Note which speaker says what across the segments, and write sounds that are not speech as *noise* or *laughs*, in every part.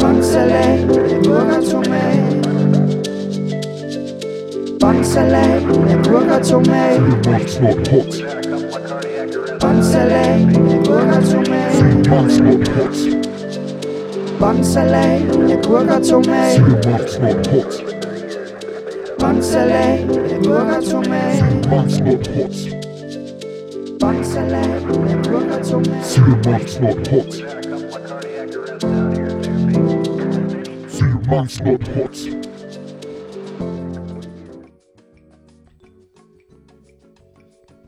Speaker 1: Båndsalat med agurk og tomat Båndsalat med agurk og tomat Båndsalat med agurk og tomat Båndsalat med agurk og tomat Båndsalat med agurk og tomat Båndsalat med agurk og tomat
Speaker 2: Mom's not hot.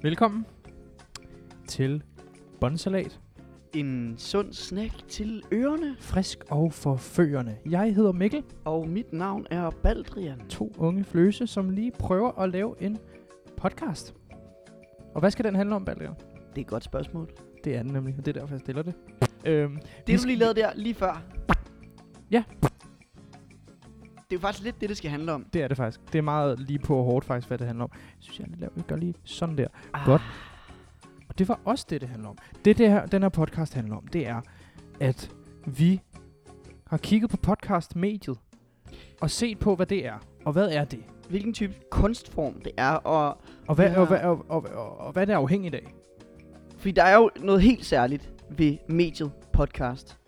Speaker 3: Velkommen til Bonsalat.
Speaker 4: En sund snack til ørerne.
Speaker 3: Frisk og forførende. Jeg hedder Mikkel.
Speaker 4: Og mit navn er Baldrian.
Speaker 3: To unge fløse, som lige prøver at lave en podcast. Og hvad skal den handle om, Balder?
Speaker 4: Det er et godt spørgsmål. Det
Speaker 3: Det er den nemlig, og det er derfor, jeg stiller det. Øhm, vi
Speaker 4: du
Speaker 3: skal-
Speaker 4: lige lavede der lige før.
Speaker 3: Ja.
Speaker 4: Det er jo faktisk lidt det, det skal handle om.
Speaker 3: Det er det faktisk. Det er meget lige på og hårdt faktisk, hvad det handler om. Jeg synes, jeg er lidt lav. Vi gør lige sådan der.
Speaker 4: Ah.
Speaker 3: Godt. Og det var også det, det handler om. Det, det her, den her podcast handler om, det er, at vi har kigget på podcast-mediet og set på, hvad det er. Og hvad er det?
Speaker 4: Hvilken type kunstform det er. Og,
Speaker 3: Og hvad,
Speaker 4: Ja.
Speaker 3: og, hvad, og, og, og, og hvad er det afhængigt af?
Speaker 4: fordi der er jo noget helt særligt ved mediet podcast.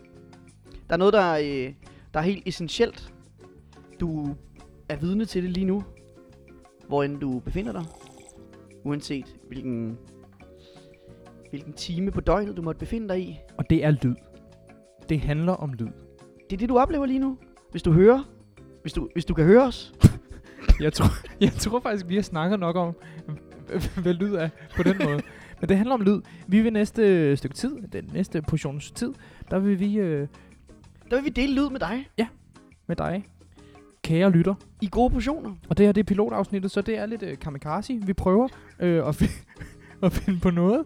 Speaker 4: Der er noget, der er, øh, der er helt essentielt. Du er vidne til det lige nu, hvor end du befinder dig. Uanset hvilken, hvilken time på døgnet, du måtte befinde dig i.
Speaker 3: Og det er lyd. Det handler om lyd.
Speaker 4: Det er det, du oplever lige nu. Hvis du hører, hvis du, hvis du kan høre os,
Speaker 3: Jeg tror, *laughs* jeg tror faktisk, vi har snakket nok om, *laughs* hvad lyd er på den
Speaker 4: *laughs*
Speaker 3: måde. Men det handler om lyd. Vi vil næste stykke tid, den næste portions tid, der vil vi øh,
Speaker 4: der vil vi dele lyd med dig
Speaker 3: med dig, kære lytter.
Speaker 4: i gode portioner.
Speaker 3: Og det her, det er pilotafsnittet, så det er lidt øh, kamikaze. Vi prøver øh, at, fi- *laughs* at finde på noget.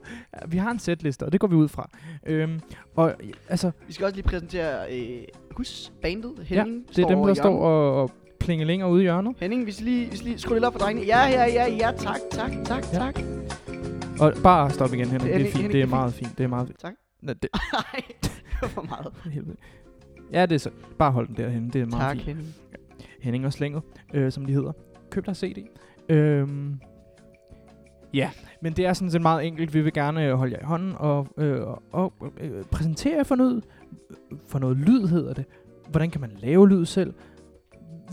Speaker 3: Vi har en sætliste, og det går vi ud fra. Øhm, og øh, altså,
Speaker 4: Vi skal også lige præsentere øh, hus bandet.
Speaker 3: ja,
Speaker 4: Henning
Speaker 3: det er dem,
Speaker 4: over
Speaker 3: der
Speaker 4: i
Speaker 3: står
Speaker 4: hjørnet.
Speaker 3: og, og plingelinger ude i hjørnet.
Speaker 4: Henning, vi skal lige, vi skal lige skrue lidt op for drengene. Ja, ja, ja, ja, tak, tak, tak,
Speaker 3: Ja.
Speaker 4: ja. tak. *laughs*
Speaker 3: Og bare stop igen, Henrik. Det er
Speaker 4: Henrik,
Speaker 3: fint.
Speaker 4: Henrik,
Speaker 3: Det
Speaker 4: det
Speaker 3: er
Speaker 4: er
Speaker 3: meget fint. Det er meget fint.
Speaker 4: Tak.
Speaker 3: Nå, det,
Speaker 4: Ej, det var for meget.
Speaker 3: for helvede. Ja, det er så. Bare hold den derhen. Det er meget
Speaker 4: tak,
Speaker 3: fint.
Speaker 4: Henning.
Speaker 3: Henning og Slænget, øh, som de hedder. Køb dig CD. Øhm, ja, men det er sådan set meget enkelt. Vi vil gerne øh, holde jer i hånden og, øh, og øh, præsentere jer for noget, for noget lyd, hedder det. Hvordan kan man lave lyd selv?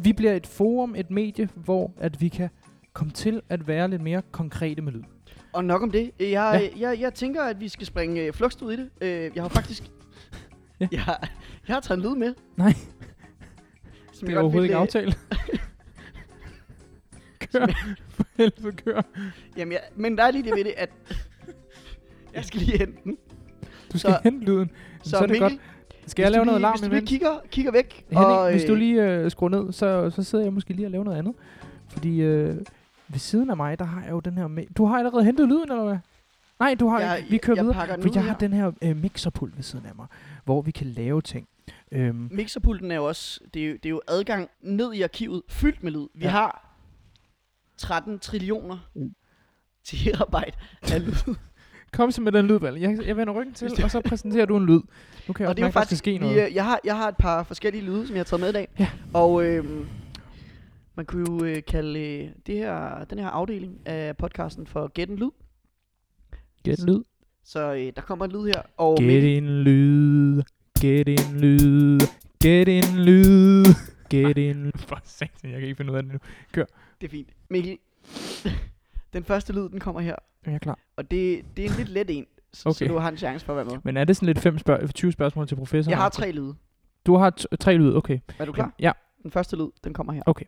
Speaker 3: Vi bliver et forum, et medie, hvor at vi kan komme til at være lidt mere konkrete med lyd.
Speaker 4: Og nok om det. Øh, Jeg,
Speaker 3: Ja.
Speaker 4: ja. jeg, jeg tænker, at vi skal springe øh, flugst ud i det. Øh, jeg har faktisk...
Speaker 3: Ja.
Speaker 4: *laughs* jeg, har- jeg har taget en lyd med.
Speaker 3: Nej.
Speaker 4: Som
Speaker 3: Det
Speaker 4: jeg
Speaker 3: er
Speaker 4: godt
Speaker 3: overhovedet
Speaker 4: vil,
Speaker 3: ikke
Speaker 4: øh,
Speaker 3: aftalt.
Speaker 4: *laughs*
Speaker 3: kør. *laughs* For helvede, kør.
Speaker 4: Jamen, jeg, men der er lige det ved det, at...
Speaker 3: *laughs*
Speaker 4: jeg skal lige hente den.
Speaker 3: Du skal
Speaker 4: Så-
Speaker 3: hente lyden. Så, så er det godt. Skal jeg
Speaker 4: hvis
Speaker 3: lave
Speaker 4: du
Speaker 3: noget
Speaker 4: lige,
Speaker 3: larm
Speaker 4: Hvis du lige
Speaker 3: imens?
Speaker 4: kigger, kigger væk.
Speaker 3: Henning,
Speaker 4: og,
Speaker 3: hvis du
Speaker 4: øh,
Speaker 3: lige øh, skruer ned, så, så sidder jeg måske lige og laver noget andet. Fordi øh, ved siden af mig, der har jeg jo den her... Mi- du har allerede hentet lyden, eller hvad? Nej, du har
Speaker 4: Jeg-
Speaker 3: ikke. Vi kører
Speaker 4: jeg
Speaker 3: videre.
Speaker 4: pakker den
Speaker 3: For
Speaker 4: ud
Speaker 3: jeg har
Speaker 4: her.
Speaker 3: den her øh, mixerpult ved siden af mig, hvor vi kan lave ting. Øhm,
Speaker 4: Mixerpulten er jo også... Det er jo, det er jo adgang ned i arkivet, fyldt med lyd. Vi
Speaker 3: Ja.
Speaker 4: ja. har 13 trillioner terabyte af
Speaker 3: *laughs*
Speaker 4: lyd.
Speaker 3: kom så med den lydball. Jeg, jeg vender ryggen til, og så præsenterer du en lyd. Nu kan jeg
Speaker 4: og
Speaker 3: også
Speaker 4: det
Speaker 3: mærke,
Speaker 4: er jo
Speaker 3: der skal
Speaker 4: faktisk...
Speaker 3: ske
Speaker 4: Vi,
Speaker 3: noget.
Speaker 4: øh, jeg, har, jeg har et par forskellige lyde, som jeg har taget med i dag.
Speaker 3: Ja.
Speaker 4: Og øhm, man kunne jo øh, kalde øh, det her, den her afdeling af podcasten for Get en Lyd.
Speaker 3: Gæt en lyd.
Speaker 4: Så øh, der kommer en lyd her. Og
Speaker 3: Gæt en lyd. Gæt en lyd. Gæt en lyd. Gæt en *laughs* For satan, jeg kan ikke finde ud af det nu.
Speaker 4: Det er fint. *laughs* Mikkel, den første lyd, den kommer her.
Speaker 3: Jeg er klar.
Speaker 4: Og det, det er en lidt let en,
Speaker 3: Okay.
Speaker 4: så, okay. så du har en chance for at være med.
Speaker 3: Men er det sådan lidt fem spørg- 20 spørgsmål til professoren?
Speaker 4: Jeg har tre lyde.
Speaker 3: Du har t- tre lyd, okay.
Speaker 4: Er du klar?
Speaker 3: Ja.
Speaker 4: Den første lyd, den kommer her.
Speaker 3: Okay.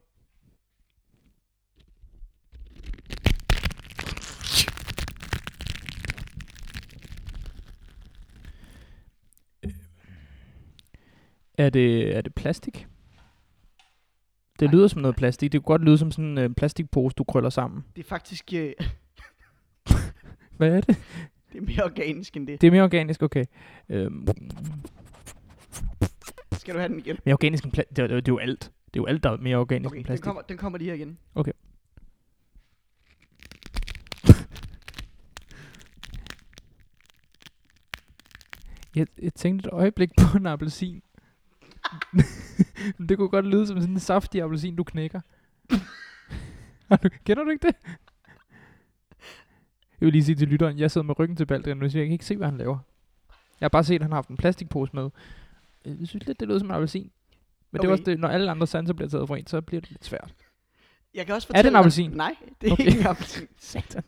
Speaker 3: Øh. Er det, er det plastik? Det
Speaker 4: Nej.
Speaker 3: lyder som noget plastik. Det kunne godt lyde som sådan en øh, plastikpose, du krøller sammen.
Speaker 4: Det er faktisk øh, *laughs*
Speaker 3: Hvad er det?
Speaker 4: det er mere organisk end det.
Speaker 3: Det er mere organisk, okay. Øhm,
Speaker 4: Skal du have den igen?
Speaker 3: mere organisk end pla- det, er- det, er jo alt. Det er jo alt, der er mere organisk
Speaker 4: Okay,
Speaker 3: end
Speaker 4: den
Speaker 3: plastik.
Speaker 4: kommer, den kommer lige her igen.
Speaker 3: *laughs* Jeg, jeg tænkte et øjeblik på en appelsin. Men det kunne godt lyde som sådan en saftig appelsin, du knækker. Har du- Kender du ikke det? Jeg vil lige sige til lytteren, jeg sidder med ryggen til Baldrian nu, så jeg kan ikke se, hvad han laver. Jeg har bare set, at han har haft en plastikpose med. Øh, Jeg synes lidt, det lød som en appelsin. Men okay. det er
Speaker 4: Okay.
Speaker 3: også det, når alle andre sanser bliver taget fra en, så bliver det lidt svært.
Speaker 4: Jeg kan også
Speaker 3: Er det
Speaker 4: fortælle
Speaker 3: en appelsin?
Speaker 4: Dig, nej, det er
Speaker 3: Okay.
Speaker 4: okay. ikke en appelsin.
Speaker 3: *laughs* Satan.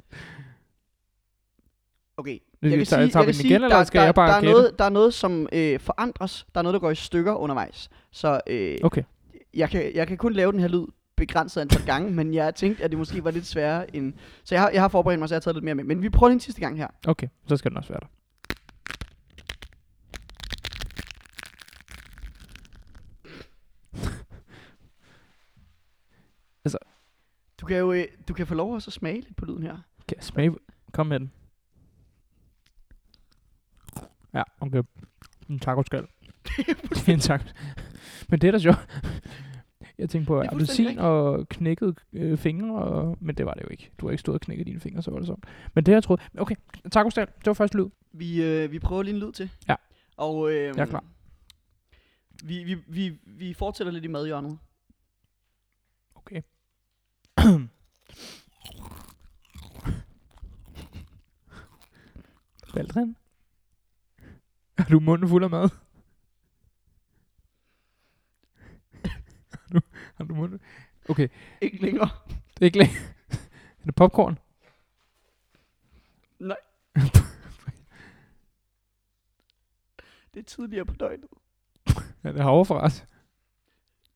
Speaker 4: Okay.
Speaker 3: Nu, tager, tager vi
Speaker 4: kan
Speaker 3: den igen, eller skal jeg bare
Speaker 4: der er
Speaker 3: gætte?
Speaker 4: noget, der er noget, som øh, forandres. Der er noget, der går i stykker undervejs. Så øh,
Speaker 3: Okay.
Speaker 4: jeg, kan, jeg kan kun lave den her lyd begrænset antal gange, men jeg tænkte, at det måske var lidt sværere end... Så jeg har, jeg har forberedt mig, så jeg har taget lidt mere med. Men vi prøver den sidste gang her.
Speaker 3: Okay, så skal den også være der.
Speaker 4: Du kan jo øh, du kan få lov også at smage lidt på lyden her.
Speaker 3: Kan jeg smage? Kom med den. Ja, okay. En
Speaker 4: *laughs*
Speaker 3: tacoskal. det er en taco. Men det er da sjovt. Jeg tænkte på
Speaker 4: Det er
Speaker 3: appelsin
Speaker 4: fuldstændig
Speaker 3: rigtigt.
Speaker 4: rigtigt.
Speaker 3: og knækkede øh, fingre, og, men det var det jo ikke. Du har ikke stået og knækket dine fingre så voldsomt. Men det har jeg troet. Okay, tacoskal. Det var første lyd.
Speaker 4: Vi, øh, vi prøver lige en lyd til.
Speaker 3: Ja.
Speaker 4: Og, øh,
Speaker 3: Jeg er klar.
Speaker 4: Vi, vi, vi, vi fortsætter lidt i madhjørnet.
Speaker 3: Okay. Valdren? Er du munden fuld af mad? *laughs* Har du, har du munden? Okay,
Speaker 4: Ikke længere.
Speaker 3: det er ikke læ- *laughs* Er det popcorn?
Speaker 4: Nej. det er tidligere på døgnet.
Speaker 3: Er det havrefras?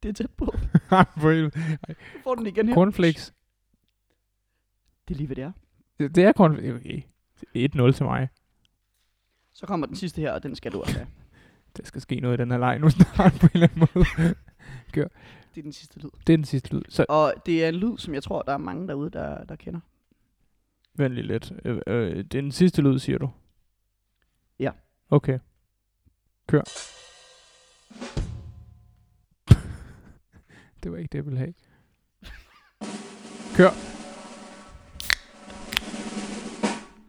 Speaker 4: Det er tæt på.
Speaker 3: *laughs* Nej, for helvede.
Speaker 4: Du får den igen her.
Speaker 3: Cornflakes.
Speaker 4: Det er lige, hvad det er.
Speaker 3: Det det er cornflakes. Okay. Det er 1-0 til mig.
Speaker 4: Så kommer den sidste her, og den skal du også have.
Speaker 3: Der skal ske noget i den her leg nu *laughs* snart på en eller anden måde.
Speaker 4: Det er den sidste lyd.
Speaker 3: Det er den sidste lyd. Så
Speaker 4: Og det er en lyd, som jeg tror, der er mange derude, der, der kender.
Speaker 3: Vent lige lidt. Øh, øh, det er den sidste lyd, siger du?
Speaker 4: Ja.
Speaker 3: Okay. Kør. *laughs* det var ikke det, jeg ville have. Kør.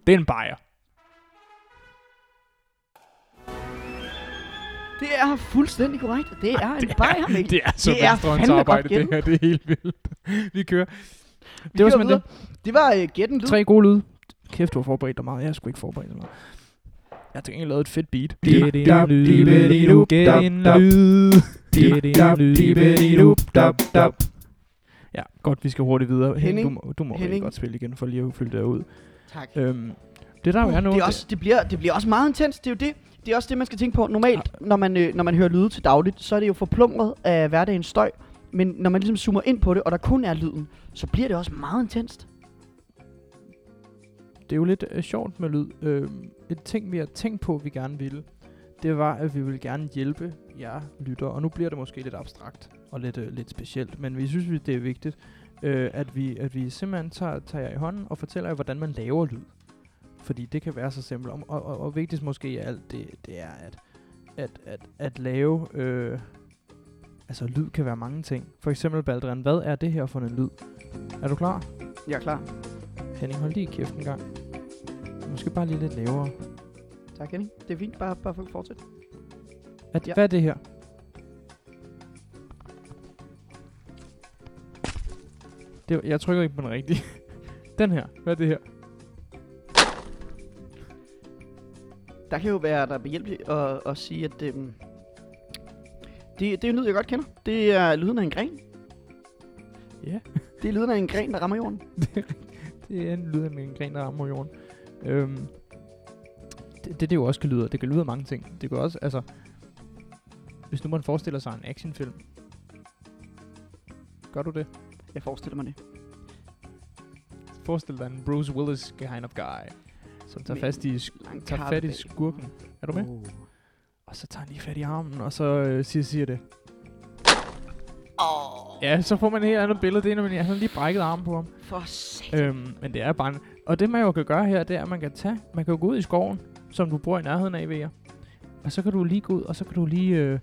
Speaker 3: Det er en bajer.
Speaker 4: Det er fuldstændig korrekt. Det er en bajer, Mikkel.
Speaker 3: *laughs* Det er så
Speaker 4: Det er fandme godt
Speaker 3: venstrehåndsarbejde, det
Speaker 4: gættet.
Speaker 3: her. Det er helt vildt. *laughs* Vi kører.
Speaker 4: Vi
Speaker 3: Det var
Speaker 4: kører
Speaker 3: simpelthen
Speaker 4: videre. Det var uh, gætten lyd.
Speaker 3: det. Tre gode lyde. Kæft, du har forberedt dig meget. Jeg har sgu ikke forberedt mig meget. Jeg har tænkt, lavet et fedt beat.
Speaker 5: Gæt en lyd. Gæt en
Speaker 3: lyd.
Speaker 5: Dip, dap, dippedidup, dap, dap.
Speaker 3: Ja, godt, vi skal hurtigt videre. Henning,
Speaker 4: Henning,
Speaker 3: du må, du må Henning.
Speaker 4: Henning.
Speaker 3: godt spille igen, for lige at fylde det her ud.
Speaker 4: Tak.
Speaker 3: Øhm, det der jo er nu,
Speaker 4: Uh, det, er også, det, bliver, det bliver også meget intens, det er jo det. Det er også det, man skal tænke på. Normalt, når man, øh, når man hører lyde til dagligt, så er det jo forplumret af hverdagens støj. Men når man ligesom zoomer ind på det, og der kun er lyden, så bliver det også meget intenst.
Speaker 3: det er jo lidt øh, sjovt med lyd. Øhm, et ting, vi har tænkt på, vi gerne ville, det var, at vi ville gerne hjælpe jer lytter. Og nu bliver det måske lidt abstrakt og lidt, øh, lidt specielt, men vi synes, vi- det er vigtigt, øh, at, vi, at vi simpelthen tager, tager jer i hånden og fortæller jer, hvordan man laver lyd. Fordi det kan være så simpelt. Og, og, og- og vigtigst måske af alt, det, det er at, at, at, at lave... Øh, altså, lyd kan være mange ting. For eksempel, Baldrian, hvad er det her for en lyd? Er du klar?
Speaker 4: Jeg er klar.
Speaker 3: Henning, hold lige kæft en gang. Måske bare lige lidt lavere.
Speaker 4: Tak, Henning. Det er fint. Bare, bare fortsæt.
Speaker 3: At, ja.
Speaker 4: Ja.
Speaker 3: Hvad er det her? Det, jeg trykker ikke på den rigtige. *laughs* Den her. Hvad er det her?
Speaker 4: Der kan jo være, der er behjælpelig at, at sige, at øhm, det, det er en lyd, jeg godt kender. Det er lyden af en gren.
Speaker 3: Ja.
Speaker 4: Det er lyden af en gren, der rammer jorden.
Speaker 3: Det er en lyd af en gren, der rammer jorden. Øhm, det, det, det jo også kan lyde. af. Det kan lyde af mange ting. Det kan også, altså... Hvis nu man forestiller sig en actionfilm. Gør du det?
Speaker 4: Jeg forestiller mig det.
Speaker 3: Forestil dig en Bruce Willis kind of guy, som tager,
Speaker 4: Med
Speaker 3: fast i, sk-
Speaker 4: Lang
Speaker 3: tager
Speaker 4: kappe
Speaker 3: fat i
Speaker 4: bag.
Speaker 3: skurken. Er du med?
Speaker 4: Uh.
Speaker 3: Og så tager han lige fat i armen, og så øh, siger, siger det. Oh. Ja, så får man et helt andet billede. Det er, når man, han har lige brækket armen på ham.
Speaker 4: For satan.
Speaker 3: Øhm, men det er bare en, Og det, man jo kan gøre her, det er, at man kan tage... Man kan jo gå ud i skoven, som du bor i nærheden af ved jer. Og så kan du lige gå ud, og så kan du lige øh,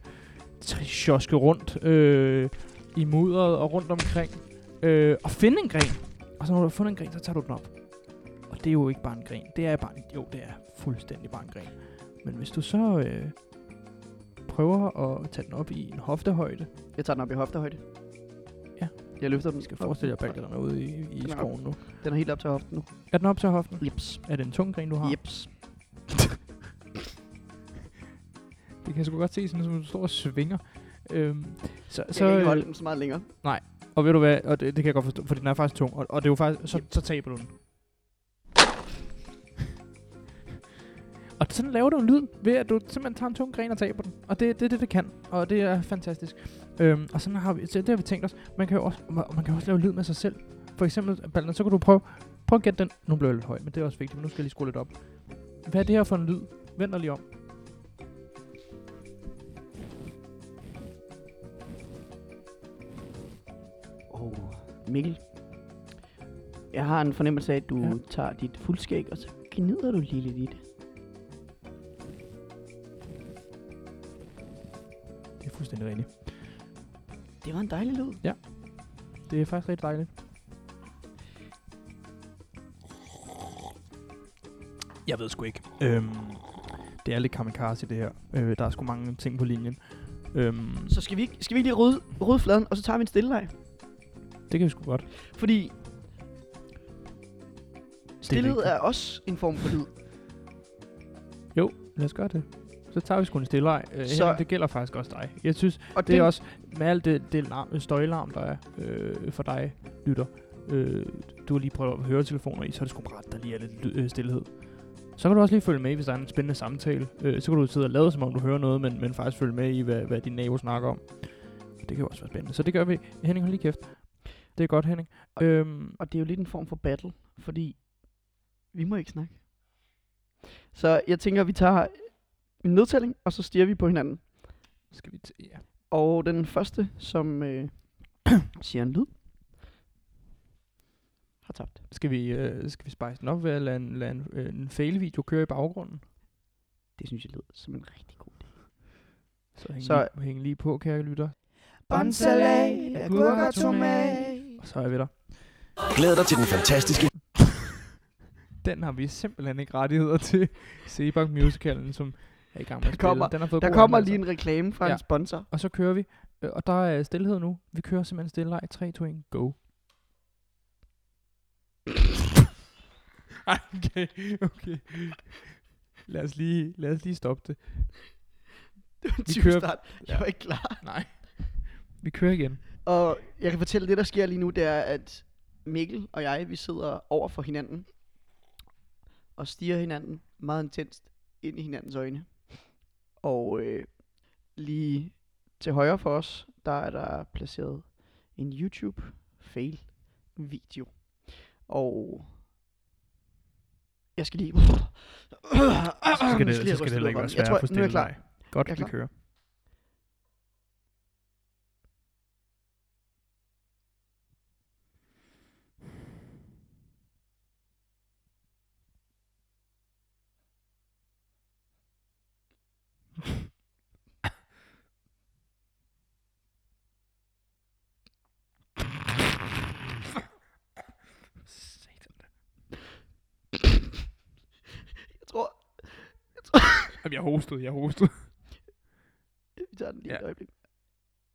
Speaker 3: tri- sjoske rundt øh, i mudderet og rundt omkring. Øh, og finde en gren. Og så når du har fundet en gren, så tager du den op. Og det er jo ikke bare en gren. Det er bare en, Jo, det er fuldstændig bare en gren. Men hvis du så øh, prøver at tage den op i en hoftehøjde.
Speaker 4: Jeg tager den op i hoftehøjde.
Speaker 3: Ja.
Speaker 4: Jeg løfter den.
Speaker 3: Vi skal forestille jer, at balkerne er ude i, i
Speaker 4: Den er op.
Speaker 3: skoven nu.
Speaker 4: Den er helt op til hoften nu.
Speaker 3: Er den op til hoften?
Speaker 4: Jeps.
Speaker 3: Er det en tung gren, du har?
Speaker 4: Jeps.
Speaker 3: Det kan jeg sgu godt se, sådan som du står og svinger. Øhm, så,
Speaker 4: Jeg
Speaker 3: så,
Speaker 4: kan ikke
Speaker 3: øh,
Speaker 4: holde den så meget længere.
Speaker 3: og ved du hvad, og det, det kan jeg godt forstå, for den er faktisk tung, og, og det er jo faktisk, så, så taber du den. *laughs* Og sådan laver du en lyd, ved at du simpelthen tager en tung gren og taber den. Og det det er det, det kan, og det er fantastisk. Øhm, og sådan har vi, så det har vi tænkt os. Man kan jo også, og man, og man kan også lave lyd med sig selv. For eksempel, Balden, så kan du prøve, prøv at gætte den. Nu blev jeg lidt høj, men det er også vigtigt, men nu skal jeg lige skrue lidt op. Hvad er det her for en lyd? Vend dig lige om.
Speaker 4: Oh. Mikkel. Jeg har en fornemmelse af, at du
Speaker 3: Ja.
Speaker 4: ja. tager dit fuldskæg, og så gnider du lige lidt i det.
Speaker 3: Det er fuldstændig rigtigt.
Speaker 4: Det var en dejlig lyd.
Speaker 3: Det er faktisk rigtig dejligt. Jeg ved sgu ikke. Øhm, det er lidt kamikaze det her. Øh, der er sgu mange ting på linjen. Øhm,
Speaker 4: Så skal vi, ikke- skal vi ikke lige rydde, rydde fladen, og så tager vi en stilleleg.
Speaker 3: det kan vi sgu godt.
Speaker 4: Fordi stillhed
Speaker 3: vigtigt.
Speaker 4: er, også en form for lyd.
Speaker 3: Jo, lad os gøre det. Så tager vi sgu en stille øh,
Speaker 4: Så-
Speaker 3: Henrik, Det gælder faktisk også dig. Jeg synes,
Speaker 4: Og
Speaker 3: det er også med alt det, det larm, støjlarm, der er øh, for dig, lytter. Øh, du har lige prøvet at høre telefoner i, så er det sgu rart, der lige er lidt lyd, øh, stillhed. Så kan du også lige følge med, hvis der er en spændende samtale. Øh, så kan du sidde og lade, som om du hører noget, men, men faktisk følge med i, hvad, hvad din nabo snakker om. Det kan jo også være spændende. Så det gør vi. Henning, hold lige kæft. Det er godt, Henning. Øhm,
Speaker 4: Og det er jo lidt en form for battle, fordi vi må ikke snakke. Så jeg tænker, at vi tager en nedtælling, og så stiger vi på hinanden.
Speaker 3: skal vi t- ja.
Speaker 4: Og den første, som øh, *clears throat* siger en lyd, har tabt.
Speaker 3: Skal vi, øh, skal vi spice den op ved at lade en, lade en, øh, en fail-video køre i baggrunden?
Speaker 4: Det synes jeg lyder som en rigtig god idé.
Speaker 3: Så hæng,
Speaker 4: Så-
Speaker 3: lige, hæng lige på, kære lytter.
Speaker 1: Båndsalat, agurk og tomat.
Speaker 3: Og så er vi der.
Speaker 6: Glæd dig til den fantastiske
Speaker 3: *laughs* Den har vi simpelthen ikke rettigheder til. Sebak Musicalen, som er i gang med at spille.
Speaker 4: kommer-
Speaker 3: Den har fået
Speaker 4: Der
Speaker 3: gode
Speaker 4: kommer lige
Speaker 3: anmeldelser.
Speaker 4: en reklame
Speaker 3: altså.
Speaker 4: fra
Speaker 3: Ja.
Speaker 4: ja. en sponsor. *laughs*
Speaker 3: Og så kører vi. Øh, Og der er stillhed nu. Vi kører simpelthen stille leg. 3, 2, 1, go. Ej, okay, okay. Lad os lige, lad os lige stoppe det.
Speaker 4: Det var en
Speaker 3: Vi
Speaker 4: tyv
Speaker 3: kører-
Speaker 4: start. Jeg
Speaker 3: Ja.
Speaker 4: var ikke klar.
Speaker 3: Nej. Vi kører igen.
Speaker 4: Og jeg kan fortælle, det der sker lige nu, det er, at Mikkel og jeg, vi sidder over for hinanden. Og stiger hinanden meget intenst ind i hinandens øjne. Og øh, lige til højre for os, der er der placeret en YouTube fail video. Og jeg skal lige... *coughs* så
Speaker 3: det- så skal det heller ikke være svært
Speaker 4: jeg tror,
Speaker 3: at få
Speaker 4: nu er
Speaker 3: stille
Speaker 4: jeg klar.
Speaker 3: leg. Godt,
Speaker 4: Jeg er
Speaker 3: vi
Speaker 4: klar.
Speaker 3: kører.
Speaker 4: Jeg tror,
Speaker 3: Jamen, jeg hostede, jeg hostede.
Speaker 4: vi tager den lige
Speaker 3: Ja.
Speaker 4: et øjeblik.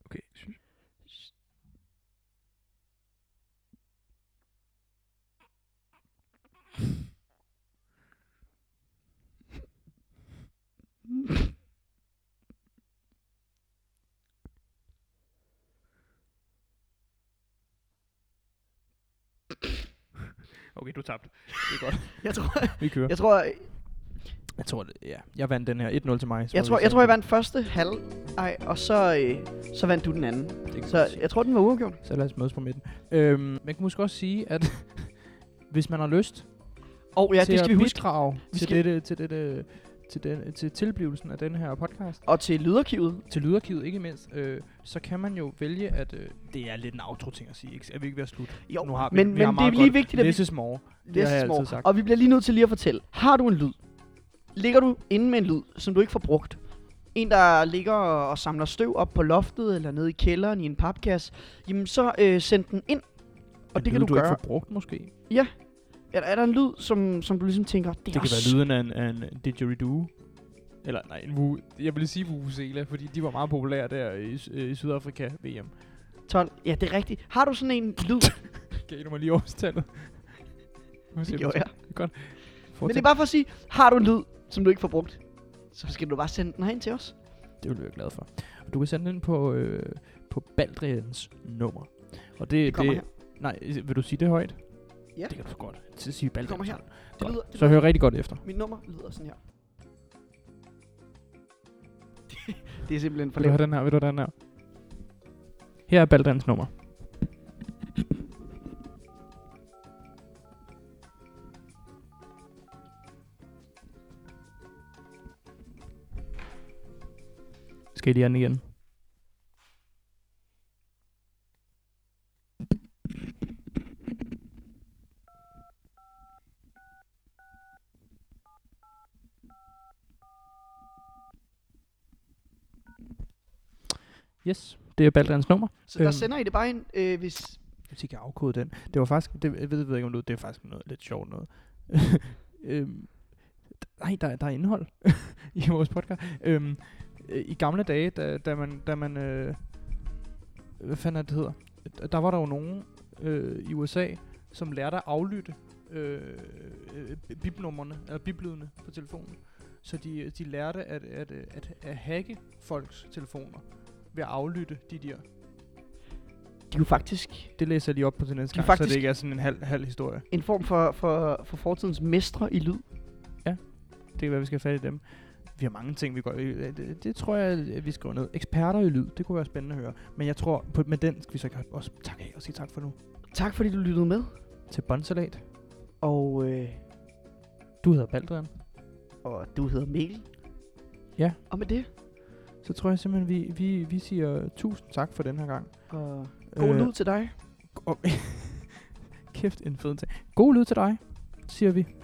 Speaker 3: Okay, synes Okay, du tabte. Det er godt.
Speaker 4: Jeg tror,
Speaker 3: Vi kører.
Speaker 4: jeg tror,
Speaker 3: Jeg tror, det, ja. Jeg vandt den her 1-0 til mig.
Speaker 4: Jeg tror, jeg tror, jeg vandt første halv, ej, og så, øh, så vandt du den anden. Så jeg tror, den var uafgjort.
Speaker 3: Så lad os mødes på midten. Øhm, man kan måske også sige, at *laughs* hvis man har lyst
Speaker 4: Og ja,
Speaker 3: til
Speaker 4: det skal
Speaker 3: at
Speaker 4: vi huske.
Speaker 3: bidrage
Speaker 4: Vi
Speaker 3: til,
Speaker 4: skal-
Speaker 3: dette, til, dette, til, den, til tilblivelsen af den her podcast,
Speaker 4: Og til lydarkivet.
Speaker 3: til lydarkivet ikke mindst, øh, så kan man jo vælge at... Øh, det er lidt en outro-ting at sige, ikke? Er vi ikke ved at slutte?
Speaker 4: Jo,
Speaker 3: nu har vi,
Speaker 4: men,
Speaker 3: vi
Speaker 4: men
Speaker 3: har
Speaker 4: det er
Speaker 3: meget
Speaker 4: lige
Speaker 3: godt.
Speaker 4: vigtigt, at
Speaker 3: This
Speaker 4: vi
Speaker 3: is more.
Speaker 4: This
Speaker 3: det har
Speaker 4: is
Speaker 3: jeg altid
Speaker 4: more.
Speaker 3: sagt.
Speaker 4: Og vi bliver lige nødt til lige at fortælle. Har du en lyd? Ligger du inde med en lyd, som du ikke får brugt? En, der ligger og samler støv op på loftet eller nede i kælderen i en papkasse, jamen så øh, send den ind. Og
Speaker 3: En
Speaker 4: det kan
Speaker 3: lyd,
Speaker 4: du,
Speaker 3: ikke
Speaker 4: gøre.
Speaker 3: får brugt, måske. Det,
Speaker 4: Er, der- er der en lyd, som, som du ligesom tænker, det, er
Speaker 3: kan
Speaker 4: også
Speaker 3: være lyden af en, af en didgeridoo. Eller nej, en vu, jeg ville sige Vuvuzela, fordi de var meget populære der i, Sy- øh, i Sydafrika VM.
Speaker 4: 12. Ja, det er rigtigt. Har du sådan en
Speaker 3: *laughs*
Speaker 4: lyd?
Speaker 3: Gav du mig lige årstallet?
Speaker 4: det gjorde jeg.
Speaker 3: Godt.
Speaker 4: Men det
Speaker 3: Fortsæt.
Speaker 4: er bare for at sige, har du en lyd, som du ikke får brugt, så skal du bare sende den herind til os.
Speaker 3: Det vil vi være glade for. Og du kan sende den på, øh, på Baldrians nummer. Og det,
Speaker 4: Det kommer
Speaker 3: det
Speaker 4: her.
Speaker 3: Nej, vil du sige det højt?
Speaker 4: Ja.
Speaker 3: Det kan du så godt. Så sige
Speaker 4: Det
Speaker 3: Baldrians.
Speaker 4: kommer her. Det
Speaker 3: Godt.
Speaker 4: lyder, det
Speaker 3: Så
Speaker 4: lyder,
Speaker 3: hør rigtig godt efter.
Speaker 4: mit nummer lyder sådan her. *laughs* det er simpelthen for
Speaker 3: Vil du
Speaker 4: lavt.
Speaker 3: have den her? Vil du have den her? Her er Baldrians nummer. Skal I lige have den igen? Yes, det er Baldrians nummer.
Speaker 4: Så der
Speaker 3: Øhm.
Speaker 4: sender I det bare ind, øh, hvis...
Speaker 3: Hvis I kan afkode den. Det var faktisk, det, jeg ved, jeg ved ikke om det, det er faktisk noget lidt sjovt noget. *laughs* øhm, nej, der, er- der er indhold *laughs* i vores podcast. Øhm, øh, I gamle dage, da, da man, da man øh, hvad fanden er det det hedder? Der- Der var der jo nogen øh, i USA, som lærte at aflytte øh, øh, bibnummerne, eller biblydene på telefonen. Så de, de lærte at, at, øh, at, at hacke folks telefoner ved at aflytte de der
Speaker 4: De er jo faktisk
Speaker 3: det læser jeg lige op på til næste
Speaker 4: De er
Speaker 3: gang, faktisk... så det
Speaker 4: faktisk-
Speaker 3: ikke er sådan en halv, halv historie.
Speaker 4: en form for, for, for fortidens mestre i lyd.
Speaker 3: Det kan være, vi skal have fat i dem. Vi har mange ting, vi går i. Øh, Det, det tror jeg, at vi skriver ned. Eksperter i lyd, det kunne være spændende at høre. Men jeg tror, på, med den skal vi så ikke også takke af og sige tak for nu.
Speaker 4: Tak fordi du lyttede med.
Speaker 3: Til Bonsalat.
Speaker 4: Og, øh,
Speaker 3: Du hedder Baldrian.
Speaker 4: og du hedder Mikkel.
Speaker 3: Ja.
Speaker 4: Og med det,
Speaker 3: Så tror jeg simpelthen, vi, vi, vi siger tusind tak for den her gang. Øh,
Speaker 4: og god lyd til dig.
Speaker 3: *laughs* og- Kæft en fed ting. God lyd til dig, siger vi.